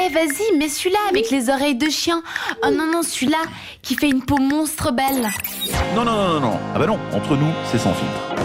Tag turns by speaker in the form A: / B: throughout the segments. A: Ouais, Eh, vas-y, mets celui-là avec les oreilles de chien. Oh non, non, celui-là qui fait une peau monstre belle.
B: Non, non, non, non, non. Ah bah non, entre nous, c'est sans filtre.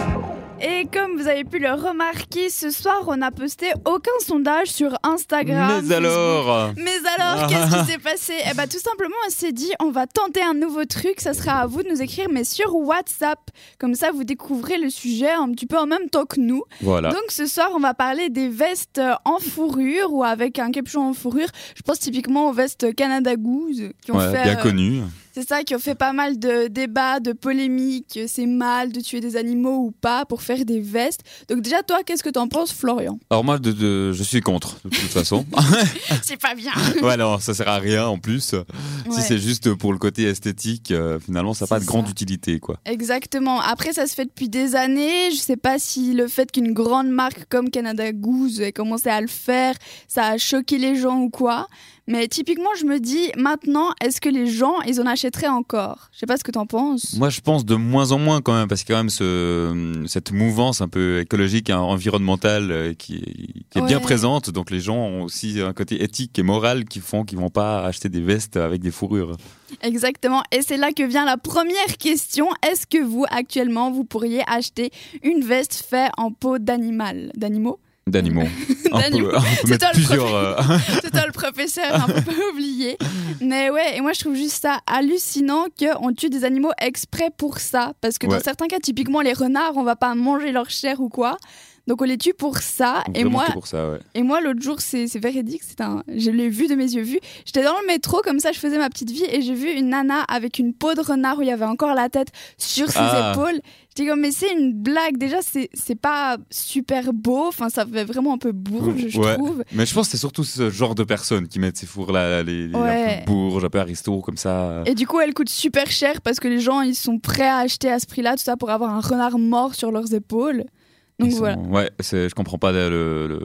C: Et comme vous avez pu le remarquer, ce soir, on n'a posté aucun sondage sur Instagram.
D: Mais alors
C: Mais alors, qu'est-ce qui s'est passé Eh bien, tout simplement, on s'est dit, on va tenter un nouveau truc. Ça sera à vous de nous écrire, mais sur WhatsApp. Comme ça, vous découvrez le sujet un petit peu en même temps que nous.
D: Voilà.
C: Donc, ce soir, on va parler des vestes euh, en fourrure ou avec un capuchon en fourrure. Je pense typiquement aux vestes Canada Goose qui ont
D: Ouais,
C: fait.
D: bien
C: euh,
D: connu.
C: c'est ça qui ont fait pas mal de débats, de polémiques. euh, C'est mal de tuer des animaux ou pas pour faire des vestes. Donc déjà, toi, qu'est-ce que t'en penses, Florian
D: Alors moi, de- de- je suis contre, de toute façon.
C: C'est pas bien.
D: ouais, non, ça sert à rien en plus. Si c'est juste pour le côté esthétique, euh, finalement, ça n'a
C: C'est
D: pas de grande
C: ça.
D: utilité, quoi.
C: Exactement. Après, ça se fait depuis des années. Je sais pas si le fait qu'une grande marque comme Canada Goose ait commencé à le faire, ça a choqué les gens ou quoi. Mais typiquement, je me dis, maintenant, est-ce que les gens, ils en achèteraient encore Je sais pas ce que t'en penses.
D: Moi, je pense de moins en moins quand même, parce qu'il y a quand même ce, cette mouvance un peu écologique, hein, environnementale, euh, qui, est- qui est bien
C: Ouais.
D: présente. Donc les gens ont aussi un côté éthique et moral qui font qu'ils vont pas acheter des vestes avec des fourrures.
C: Exactement. Et c'est là que vient la première question. Est-ce que vous, actuellement, vous pourriez acheter une veste faite en peau d'animal D'animaux
D: D'animaux. On peut-
C: D'animaux.
D: on peut
C: C'est
D: mettre
C: toi le
D: plusieurs. euh,
C: C'est toi le professeur, hein, faut pas oublier. Mais ouais, et moi je trouve juste ça hallucinant qu'on tue des animaux exprès pour ça. Parce que
D: Ouais.
C: dans certains cas, typiquement les renards, on va pas manger leur chair ou quoi. Donc on les tue pour ça. Et
D: euh, vraiment
C: moi,
D: que pour ça, ouais.
C: et moi l'autre jour, c'est c'est véridique, c'est un, je l'ai vu de mes yeux vus. J'étais dans le métro, comme ça je faisais ma petite vie, et j'ai vu une nana avec une peau de renard où il y avait encore la tête sur ses
D: Ah.
C: épaules. J'étais comme, mais c'est une blague. Déjà, c'est c'est pas super beau. Enfin, ça fait vraiment un peu bourge, je
D: Ouais.
C: trouve.
D: Mais je pense que c'est surtout ce genre de personnes qui mettent ces fours-là, les, les un
C: Ouais.
D: peu bourges, un peu aristo, comme ça.
C: Et du coup, elle coûte super cher parce que les gens, ils sont prêts à acheter à ce prix-là, tout ça pour avoir un renard mort sur leurs épaules. Donc
D: Ils sont-
C: voilà.
D: Ouais, c'est- je comprends pas le. le-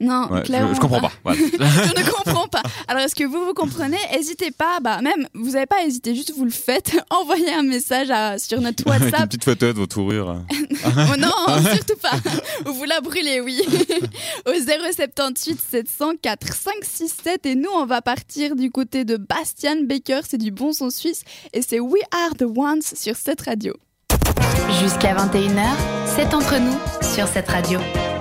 C: Non,
D: ouais, je,
C: clairement.
D: je comprends
C: pas.
D: pas. voilà.
C: je ne comprends pas. Alors, est-ce que vous, vous comprenez N'hésitez pas. Bah, même, vous n'avez pas hésité, juste vous le faites. Envoyez un message à- sur notre
D: Avec une
C: WhatsApp.
D: petite photo de vos fourrures.
C: oh non, surtout pas. Ou vous la brûlez, oui. Au 078 704 567. Et nous, on va partir du côté de Bastian Baker. C'est du bon son suisse. Et c'est We Are the Ones sur cette radio.
A: Jusqu'à 21h, c'est entre nous sur cette radio.